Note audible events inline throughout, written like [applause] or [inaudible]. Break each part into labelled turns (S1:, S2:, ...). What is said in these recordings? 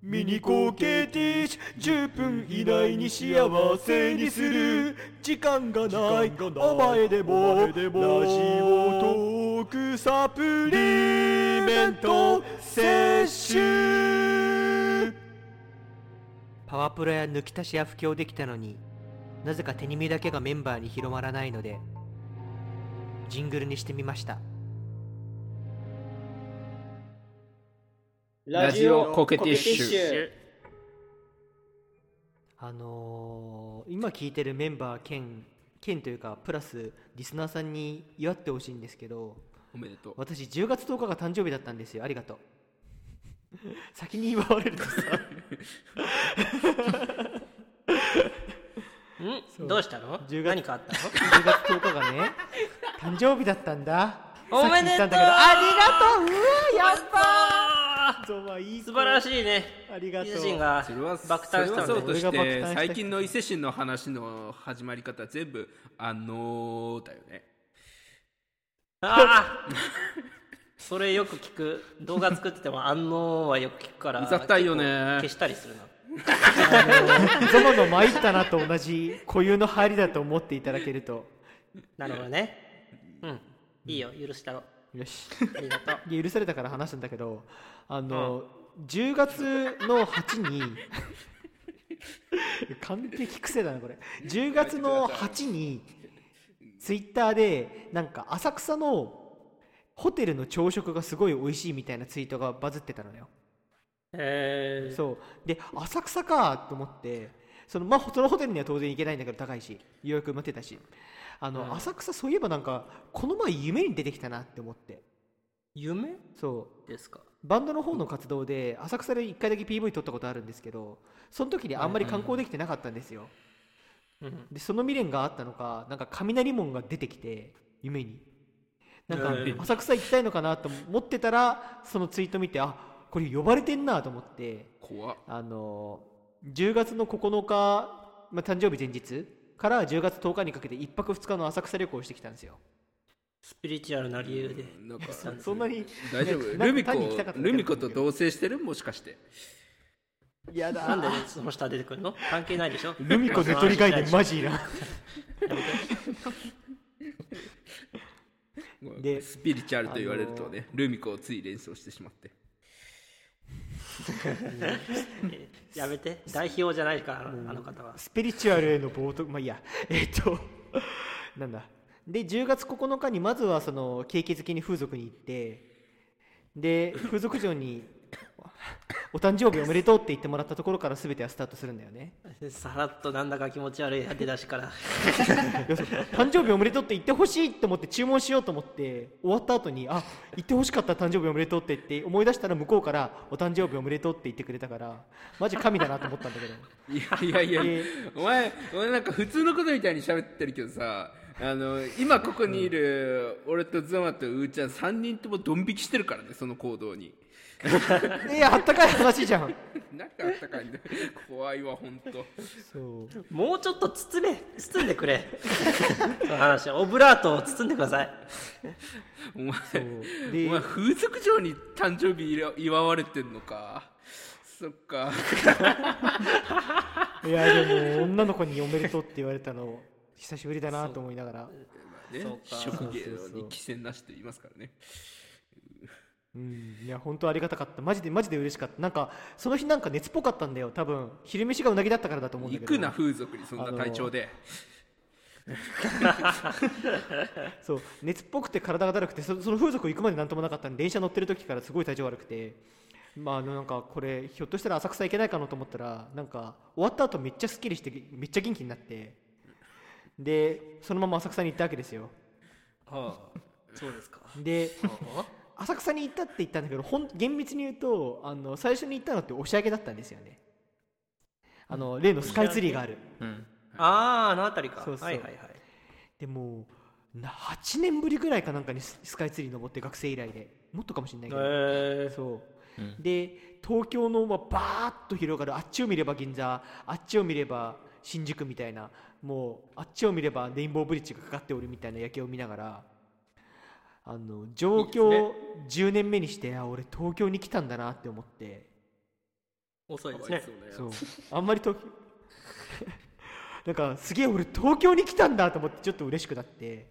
S1: ミニコーケーティッシュ10分以内に幸せにする時間がない甘えでもラジオトークサプリメント摂取
S2: パワプロや抜き足しや布教できたのになぜか手に身だけがメンバーに広まらないのでジングルにしてみました
S3: ラジオコケティッシュ。
S2: あのー今聞いてるメンバー兼兼というかプラスリスナーさんに祝ってほしいんですけど
S3: おめでとう。
S2: 私10月10日が誕生日だったんですよありがとう [laughs] 先に祝われるとさ
S4: んどうしたの
S2: 10月
S4: 何かあったの
S2: 10月10日が
S4: [laughs]
S2: ね誕生日だったんだ
S4: おめでとう
S2: さっき言ったんだけどありがとううわやっ
S4: あ
S2: ぱゾマいい子
S4: 素
S2: [laughs]
S4: 晴らしいね
S2: ありがとう
S4: 伊勢神が
S3: それは
S4: 爆誕したの
S3: それはそうと
S4: で
S3: し
S2: 俺が爆誕し
S3: て
S2: た
S3: 最近の伊勢神の話の始まり方全部あのー、だよね
S4: ああそれよく聞く動画作っててもあのはよく聞くから
S3: うざったいよね
S4: 消したりするな
S2: ゾマの参ったなと同じ固有の入りだと思っていただけると
S4: なるほどねうんいいよ許したろ
S2: よし
S4: ありがとう
S2: いや許されたから話したんだけどあの、10月の8に完璧癖だなこれ10月の8にツイッターでなんか浅草のホテルの朝食がすごい美味しいみたいなツイートがバズってたのよ
S4: えー、
S2: そうで浅草かと思ってその,、まあ、そのホテルには当然行けないんだけど高いし予約埋まってたしあの、
S4: うん
S2: 浅草そういえばなんかこの前夢に出てきたなって思って
S4: 夢
S2: そう
S4: ですか
S2: バンドの方の活動で浅草で1回だけ PV 撮ったことあるんですけどその時にあんまり観光できてなかったんですよ、
S4: うん
S2: でその未練があったのかなんか雷門が出てきて夢になんか
S4: うん
S2: 浅草行きたいのかなと思ってたらそのツイート見てあこれ呼ばれてんなと思って
S3: 怖っ
S2: あの10月の9日、まあ、誕生日前日から10月10日にかけて1泊2日の浅草旅行をしてきたんですよ
S4: スピリチュアルな理由で
S3: なんか
S4: そ
S2: [laughs] そんなに
S3: 大丈
S2: なんか
S3: 夫ルミコ
S2: 単に行きたかっただけなんだけど
S3: ルミコと同棲してるもしかして
S2: やだ
S4: なんでその下出てくるの関係ないでしょ
S2: [laughs] ルミ子で取り替えてマジいらんで
S3: スピリチュアルと言われるとね、ルミコをつい連想してしまって
S4: やめて代表じゃないからあのあの方は
S2: スピリチュアルへの冒涜、まあいいや、えっと、 [laughs] なんだ。で、10月9日にまずはその景気づけに風俗に行って、で、風俗嬢に、 [coughs] おお誕生日おめでとうって言ってもらったところから全てはスタートするんだよね。
S4: さらっとなんだか気持ち悪い出だしから
S2: 要するに誕生日おめでとうって言ってほしいと思って注文しようと思って、終わった後に、あ、言ってほしかった誕生日おめでとうって言って、思い出したら向こうからお誕生日おめでとうって言ってくれたから、マジ神だなと思ったんだけど。
S3: いやいやいや
S2: え、
S3: お前、お前なんか普通のことみたいに喋ってるけどさ、あの、今ここにいる、俺とゾマとウーちゃん3人ともドン引きしてるからね、その行動に。
S2: いや、あったかい話じゃん。
S3: なんかあったかいね。怖いわ、ほんと。
S2: そう。
S4: もうちょっと包め包んで
S2: [laughs]
S4: くれその話オブラートを包んでください
S3: お前、
S2: う
S3: お
S2: で
S3: 前風俗嬢に誕生日祝祝われてんのか。そっか。
S2: いやでも女の子におめでとうって言われたの久しぶりだなと思いながら
S3: ね
S4: そうか、
S3: 職
S2: そ
S3: 業
S2: うそうそ
S3: に
S2: う
S3: 寄せなしと言いますからね。
S2: うんいや本当ありがたかったマジでマジで嬉しかったなんかその日なんか熱っぽかったんだよ多分昼飯がうなぎだったからだと思うんだ
S3: 行
S2: けど
S3: くな、風俗に、そんな体調で。
S2: そう熱っぽくて体がだるくてそその風俗行くまでなんともなかったんで電車乗ってる時からすごい体調悪くてまああのなんかこれひょっとしたら浅草行けないかなと思ったらなんか終わった後めっちゃすっきりしてめっちゃ元気になってでそのまま浅草に行ったわけですよ
S4: はあ、そうですか
S2: で浅草に行ったって言ったんだけどほん厳密に言うとあの最初に行ったのって押上げだったんですよねあの例のスカイツリーがある
S4: あああの辺りか
S2: そうそう
S4: はいはいはい
S2: でもうな8年ぶりぐらいかなんかにススカイツリー登って学生以来でもっとかもしれないけど、
S4: え
S2: そう、で東京のまあバーッと広がるあっちを見れば銀座あっちを見れば新宿みたいなもうあっちを見ればレインボーブリッジがかかっておるみたいな夜景を見ながらあの上京10年目にしてあ俺東京に来たんだなって思って
S4: 遅いです
S3: かわい
S4: ね
S3: そうだよ
S2: そうあんまり東京 [laughs] なんかすげえ俺東京に来たんだと思ってちょっと嬉しくなって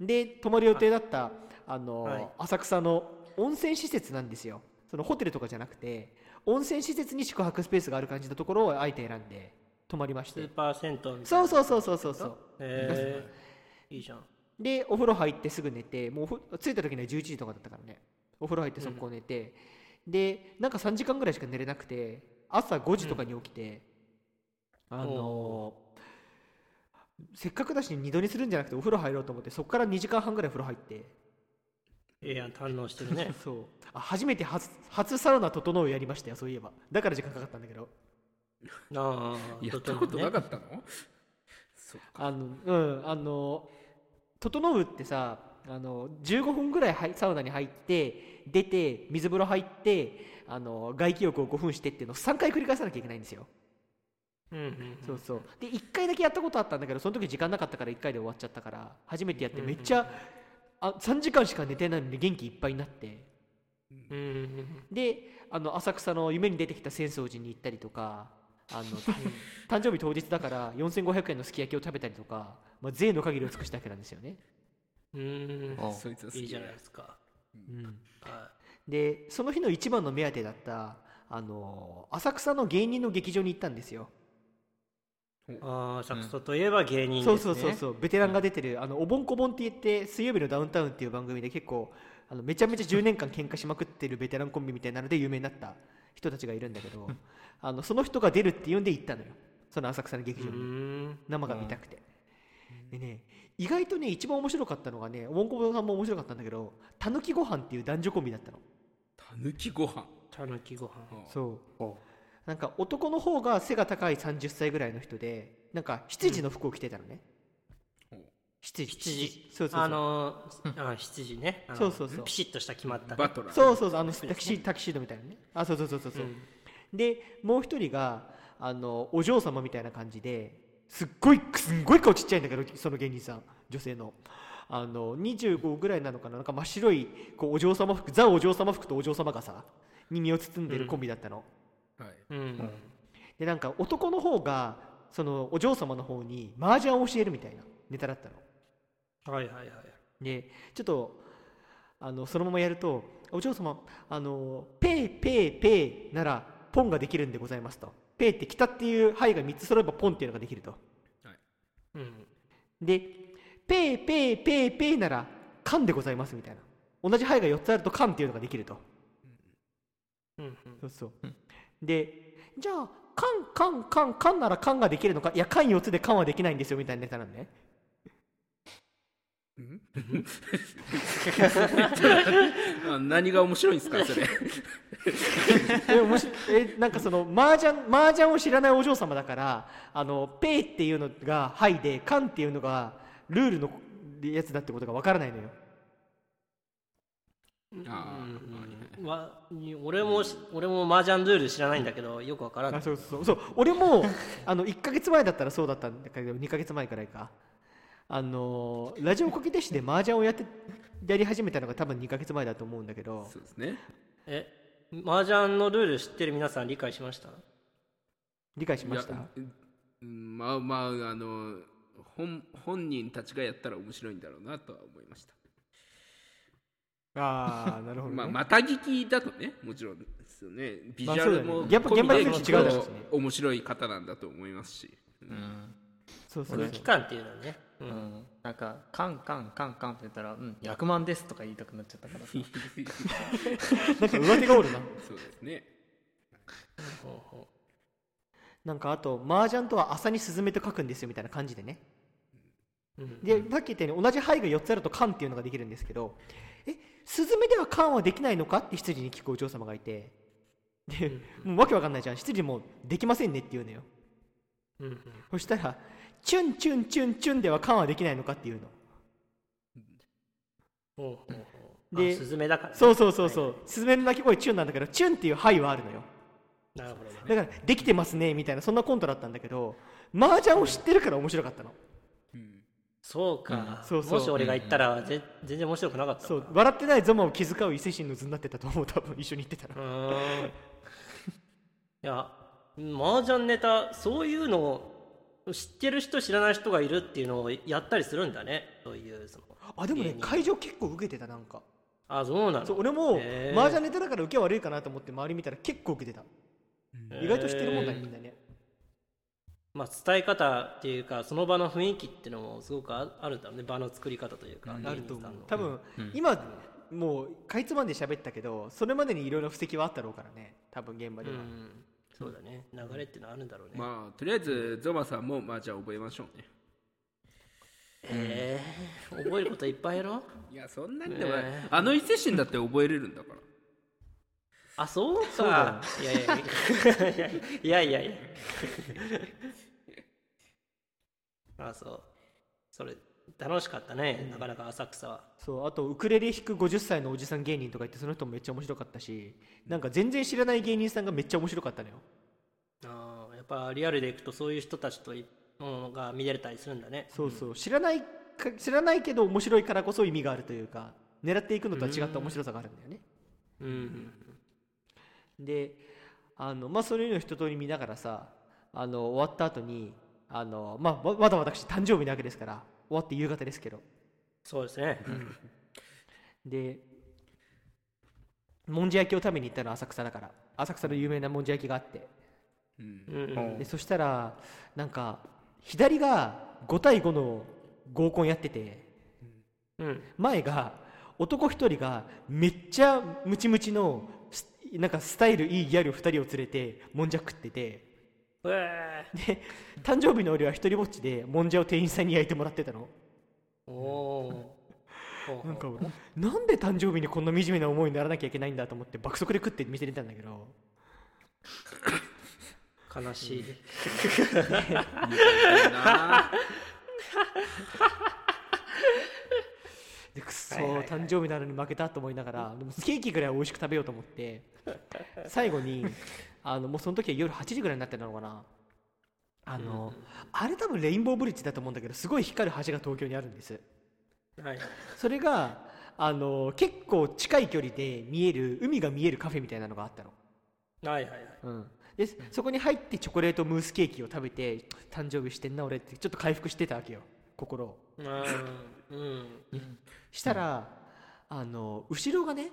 S2: で泊まる予定だったあの、
S4: はい
S2: 浅草の温泉施設なんですよそのホテルとかじゃなくて温泉施設に宿泊スペースがある感じのところをあえて選んで泊まりまし
S4: スー
S2: て
S4: パー銭湯みたいな
S2: そうそうそうそうそうそう
S4: へえいいじゃん
S2: でお風呂入ってすぐ寝てもうおふ着いた時には11時とかだったからねお風呂入って速攻寝て、でなんか3時間ぐらいしか寝れなくて朝5時とかに起きて、あのーせっかくだし二度にするんじゃなくてお風呂入ろうと思ってそこから2時間半ぐらい風呂入って
S4: ええやん堪能してるね
S2: [laughs] そうあ初めて初初サウナ整うやりましたよそういえばだから時間かかったんだけど
S4: ああ
S3: やったことなか
S4: っ
S3: ったのそっか
S2: あのうんあの整うってさあの15分ぐらいはいサウナに入って出て水風呂入ってあの外気浴を5分してっていうのを3回繰り返さなきゃいけないんですよ、
S4: たうんうん
S2: そうそうで1回だけやったことあったんだけどその時時間なかったから1回で終わっちゃったから初めてやってめっちゃ、あ3時間しか寝てないのに元気いっぱいになって
S4: うんうん
S2: であの浅草の夢に出てきた浅草寺に行ったりとか
S4: [laughs]
S2: あの誕生日当日だから4500円のすき焼きを食べたりとか、まあ、税の限りを尽くしたわけなんですよね、
S4: うんうん
S3: そいつは好き
S4: いいじゃないですか
S2: うん、
S4: は
S2: でその日の一番の目当てだったあの浅草の芸人の劇場に行ったんですよ
S4: いああサクソといえば芸人
S2: そ
S4: で
S2: う
S4: す
S2: そうそうそうベテランが出てる「あのおぼんこぼん」って言って「水曜日のダウンタウン」っていう番組で結構あのめちゃめちゃ10年間喧嘩しまくってるベテランコンビみたいなので有名になった人たちがいるんだけ
S4: [laughs]
S2: どあのその人が出るって言うんで行ったのよその浅草の劇場
S4: う
S2: に。
S4: ん
S2: 生が見たくて、でね意外とね一番面白かったのがねウォンコボさんも面白かったんだけどたぬきご飯っていう男女コンビだったの
S3: たぬきご飯
S4: たぬきご飯
S2: そうなんか男の方が背が高い30歳ぐらいの人でなんか執事の服を着てたのね、
S3: うん
S2: 執事
S4: 七時
S2: そうそうそう
S4: あのーあ7時ねあの
S2: そうそうそう
S4: ピシッとした決まった
S3: バトラー
S2: そうそうそうあのタキシタキシードみたいなねあそうそうそうそうそう、
S4: うん
S2: でもう一人があのお嬢様みたいな感じですっごいすんごい顔ちっちゃいんだけどその芸人さん女性のあの25ぐらいなのかななんか真っ白いこうお嬢様服ザお嬢様服とお嬢様がさに身を包んでるコンビだったの、
S3: はい
S4: うん
S2: でなんか男の方がそのお嬢様の方に麻雀を教えるみたいなネタだったの
S4: はいはいはい
S2: でちょっとあのそのままやると「お嬢様あのペーペーペーならポンができるんでございます」と「ペーって「北」っていう牌が3つ揃えばポンっていうのができると
S4: うん
S2: で「ペーペーペーペーなら「カン」でございますみたいな同じ牌が4つあると「カン」っていうのができると
S4: うん
S2: そうそうでじゃあ「カンカンカンカン」なら「カン」ができるのかいや「カン」4つで「カン」はできないんですよみたいなネタなんでね
S3: あ何が面白いんですかそれ
S2: え面白いえなんかその麻雀麻雀を知らないお嬢様だからあのペイっていうのが「はい」で「カン」っていうのがルールのやつだってことがわからないのよ
S3: あ
S4: うんわ俺もし俺も麻雀ルール知らないんだけどよくわからん
S2: あそうそうそう俺も [laughs] あの1か月前だったらそうだったんだけど2か月前くらいかあのラジオかけてしで麻雀をやってやり始めたのが多分2か月前だと思うんだけど
S3: あそうですね
S4: え麻雀のルール知ってる皆さん理解しました
S2: 理解しました
S3: いやうんまあまああの本本人たちがやったら面白いんだろうなとは思いました
S2: ああなるほ
S3: まあ、また聞きだとね、もちろんですよね。ビジュア
S2: まあそ
S3: ルも、
S2: うだよねやっぱ現場
S3: 込みで
S2: の人は違うだろうしね
S3: きっと面白い方なんだと思いますし。 [laughs]
S2: そうそうそう
S5: 俺
S4: 期間っていうのはね、う
S5: うんん、なんかカンカンカンカンって言ったら「うん100万です」とか言いたくなっちゃったからさ
S2: なんか上手がおるな
S3: そうですね。
S2: なんかあと麻雀とは朝にスズメと書くんですよみたいな感じでね、
S4: うん
S2: でさっき言ったように同じ牌が4つあると「カン」っていうのができるんですけどえスズメでは「カン」はできないのかって執事に聞くお嬢様がいてでもうわけわかんないじゃん執事も「できませんね」って言うのよ
S4: うん
S2: そしたら「チュンチュンチュンチュン」では「カン」はできないのかっていうの
S4: ほうほうほう
S2: で
S4: あスズメだからね
S2: そうそうそうそうスズメの鳴き声「チュン」なんだけど「チュン」っていう牌はあるのよ
S4: なるほどね
S2: だから「できてますね」みたいなそんなコントだったんだけど麻雀を知ってるから面白かったの
S4: そうか、
S2: そうそう
S4: もし俺が行ったら、ぜ全然面白くなかった
S2: そう笑ってないゾマを気遣う伊勢神の図になってたと思う多分一緒に行ってたら
S4: うーんいや麻雀ネタそういうのを知ってる人知らない人がいるっていうのをやったりするんだねそういうその
S2: あでも
S4: 芸
S2: ね
S4: 人
S2: 会場結構受けてたなんか
S4: あそうなの
S2: そう俺も
S4: へー
S2: 麻雀ネタだから受け悪いかなと思って周り見たら結構受けてた意外と知ってるもんだね
S4: へー
S2: みんなね
S4: まあ、伝え方っていうかその場の雰囲気っていうのもすごくああるんだろうね場の作り方というか、
S2: あると思う
S4: 芸人さ
S2: 多
S4: んの
S2: 分今もうかいつまんで喋ったけどそれまでにいろいろ布石はあったろうからね多分現場で
S4: う
S2: は
S4: んそうだね流れっていうのはあるんだろうね、
S3: まあとりあえずゾマさんもまあじゃあ覚えましょうね
S4: えー覚えることいっぱいやろ
S3: いやそんなんでもない、
S4: ね
S3: あの伊勢神だって覚えれるん
S2: [laughs]
S3: だから
S4: あ [laughs] そうかいやいや [laughs] いやいやいやいやいやあそうそれ楽しかったね、なかなか浅草は
S2: そうあとウクレレ弾く50歳のおじさん芸人とか言ってその人もめっちゃ面白かったしなんか全然知らない芸人さんがめっちゃ面白かったのよ
S4: あーやっぱリアルで行くとそういう人たちといものが見れたりするんだね
S2: そうそう知らないか知らないけど面白いからこそ意味があるというか狙っていくのとは違った面白さがあるんだよね
S4: うん
S2: であのまあそういうのを一通り見ながらさあの終わった後にあのまあわまだ私誕生日なわけですから終わって夕方ですけど
S4: そうですね
S2: でもんじゃ焼きを食べに行ったの浅草だから浅草の有名なもんじゃ焼きがあって
S4: うんうん
S2: でそしたらなんか左が5対5の合コンやってて
S4: うん
S2: 前が男一人がめっちゃムチムチのスなんかスタイルいいギャル2人を連れてもんじゃ食ってて
S4: え
S2: で誕生日の俺は一人ぼっちでもんじゃを店員さんに焼いてもらってたの
S4: ー、おーほう
S2: なん
S4: ほ
S2: かなんで誕生日にこんな惨めな思いにならなきゃいけないんだと思って爆速で食って店に出たんだけど
S4: う悲しい、
S3: なあ
S2: でくっそー誕生日なのに負けたと思いながらでもケーキぐらいは美味しく食べようと思って最後にあのもうその時は夜8時ぐらいになってたのかなあの、あれ多分レインボーブリッジだと思うんだけどすごい光る橋が東京にあるんです
S4: はい
S2: それがあの結構近い距離で見える海が見えるカフェみたいなのがあったの
S4: はいはいはい
S2: うん、でそこに入ってチョコレートムースケーキを食べて誕生日してんな俺ってちょっと回復してたわけよ心を
S4: うんうん
S2: したら、あの後ろがね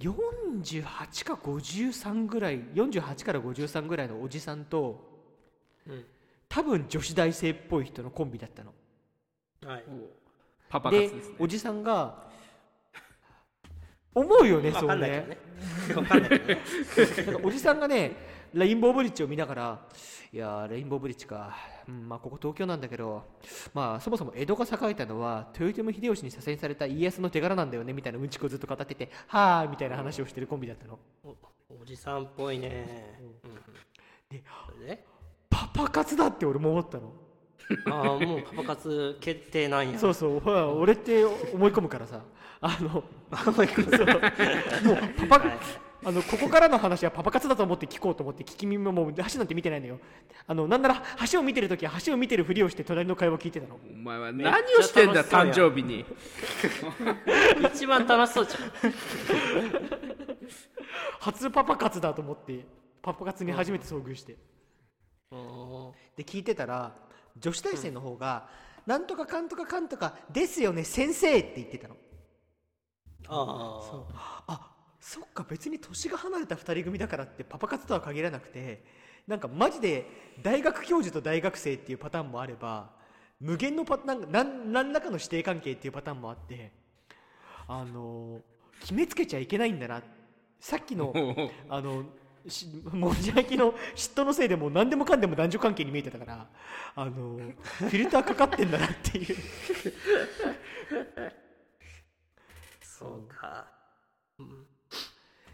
S2: 48か53ぐらい48から53ぐらいのおじさんと
S4: う
S2: 多分女子大生っぽい人のコンビだったの
S4: んはい
S3: パパ活で
S2: です
S3: ね
S2: おじさんが思うよね
S4: わ
S2: そう
S4: かんないけどねわかんないけどね
S2: なんかおじさんがね、レインボーブリッジを見ながら、いやー、レインボーブリッジか、うんまあ、ここ東京なんだけど、まあ、そもそも江戸が栄えたのは、豊臣秀吉に左遷された家康の手柄なんだよねみたいなうんちくをずっと語ってて、はーみたいな話をしてるコンビだったの。
S4: おおじさんっぽいね
S2: で
S4: それで
S2: パパ活だって俺も思ったの。
S4: ああもうパパ活決定なんや
S2: そうそう、ほら、俺って思い込むからさ、あの、思い込むそうもうパパ、あのここからの話はパパ活だと思って聞こうと思って聞き耳ももう橋なんて見てないのよあのなんなら橋を見てるときは橋を見てるふりをして隣の会話聞いてたの
S3: お前は何をしてんだ
S4: めっちゃ
S3: 誕
S4: 楽しそうやん
S3: 生日に
S4: 一番楽しそうじゃん
S2: 初パパ活だと思ってパパ活に初めて遭遇して、 [laughs] で聞いてたら女子大生の方が「なんとかかんとかかんとかですよね先生」って言ってたの
S4: ああ
S2: あそっか別に年が離れた2人組だからってパパ活とは限らなくてなんかマジで大学教授と大学生っていうパターンもあれば無限のパなんかなん何らかの師弟関係っていうパターンもあってあの決めつけちゃいけないんだなさっきの
S3: もう
S2: あのしもんじゃ焼きの嫉妬のせいでもう何でもかんでも男女関係に見えてたからあのフィルターかかってんだなっていう
S4: そうか、うん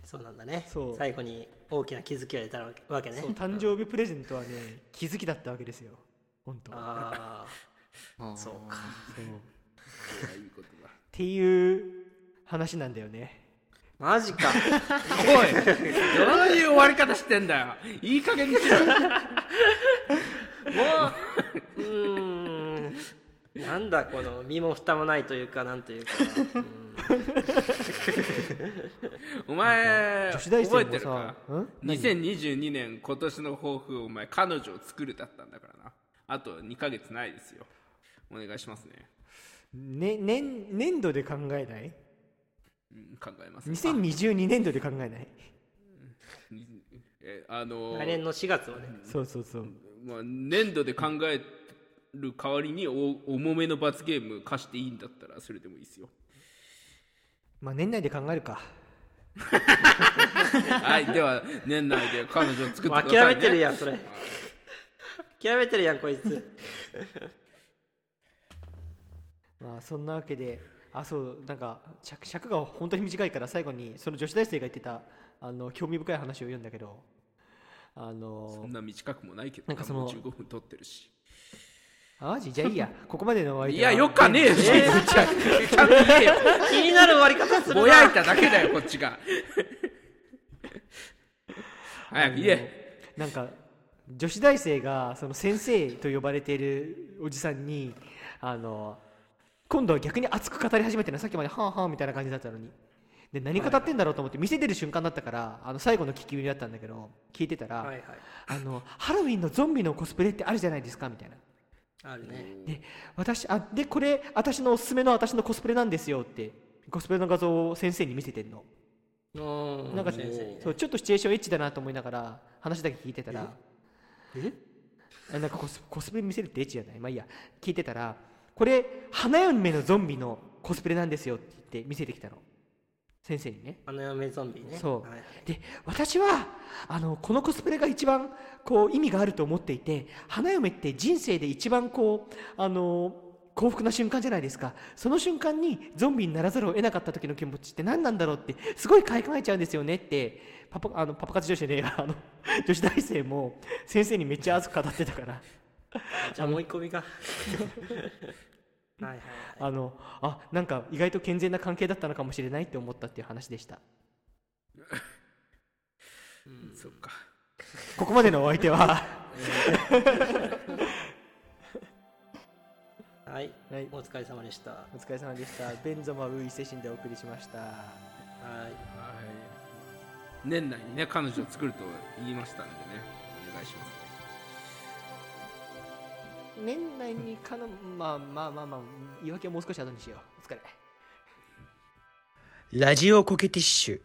S4: そうなんだね
S2: そう
S4: 最後に大きな気づきを得たわけわけね
S2: そう誕生日プレゼントはね気づきだったわけですよ本当っ
S4: あ
S5: あ
S4: あそうか
S3: いやいいことだ
S2: ていう話なんだよね
S4: マジか
S3: おいどういう終わり方してんだよいい加減にしろ
S4: うーんなんだこの身も蓋もないというかなんというか、うん
S3: お前
S2: 女子大
S3: 覚え
S2: 生
S3: て
S2: も
S3: るか
S2: さん
S3: 2022年今年の抱負お前彼女を作るだったんだからなあと2ヶ月ないですよお願いしますね、
S2: ね年年度で考えない
S3: うん、考えますあ
S2: 2022年度で考えない
S3: えあのー
S4: 来年の4月まで
S2: そうそうそう
S3: まあ、年度で考える代わりにお重めの罰ゲーム貸していいんだったらそれでもいい [laughs] ですよ
S2: まあ年内で考えるか
S3: はいでは年内で彼女を作ってく
S4: も
S3: だ
S4: う
S3: さ
S4: 諦
S3: い、ね、
S4: めてるやんそれ諦めてるやんこいつ
S2: まあそんなわけであそうなんか尺尺が本当に短いから最後にその女子大生が言ってたあの興味深い話を言うんだけどあ
S3: そ
S2: の
S3: んな短くもないけど
S2: なんかその
S3: もう15分取ってるし
S2: あマジじゃあいいやここまでのお相
S3: い
S2: 手は
S3: やよかねえよ、ちゃんちゃんと言えよ
S4: 気になる終わり方する
S3: ぼやい
S4: な
S3: ただけだよこっちが早く言え
S2: なんか女子大生がその先生と呼ばれているおじさんにあの今度は逆に熱く語り始めてるのさっきまではあはあみたいな感じだったのにで何語ってんだろうと思って店出る瞬間だったからあの最後の聞き耳だったんだけど聞いてたら、
S4: はいはい
S2: あのハロウィンのゾンビのコスプレってあるじゃないですかみたいな
S4: あるね
S2: で私あでこれ私のおすすめの私のコスプレなんですよってコスプレの画像を先生に見せてんの
S4: うん
S2: なんか
S4: 先生にね
S2: そうちょっとシチュエーションエッチだなと思いながら話だけ聞いてたらえなんかコスコスプレ見せるってエッチじゃないまあいいや聞いてたらこれ花嫁のゾンビのコスプレなんですよって言って見せてきたの先生にね
S4: あの嫁ゾンビね
S2: そう、
S4: はい
S2: で私はあのこのコスプレが一番こう意味があると思っていて花嫁って人生で一番こうあの幸福な瞬間じゃないですかその瞬間にゾンビにならざるを得なかった時の気持ちって何なんだろうってすごい考えちゃうんですよねってパパあのパパ活女子で、ね、あの女子大生も先生にめっちゃ熱く語ってたから。
S4: じゃあ思い込みが [laughs] はいはいはい
S2: あのあなんか意外と健全な関係だったのかもしれないって思ったっていう話でした
S3: そっか
S2: ここまでのお相手は、
S4: はい、
S2: はい
S4: お疲れ様でしたは
S2: お疲れ様でした。ベンゾマウー伊勢神でお送りしました。
S4: い
S3: はい年内にね彼女を作ると言いましたんでねお願いしますね
S2: 年内にかの、まあまあまあまあ、言い訳はもう少し後にしよう。お疲れ。
S6: ラジオコケティッシュ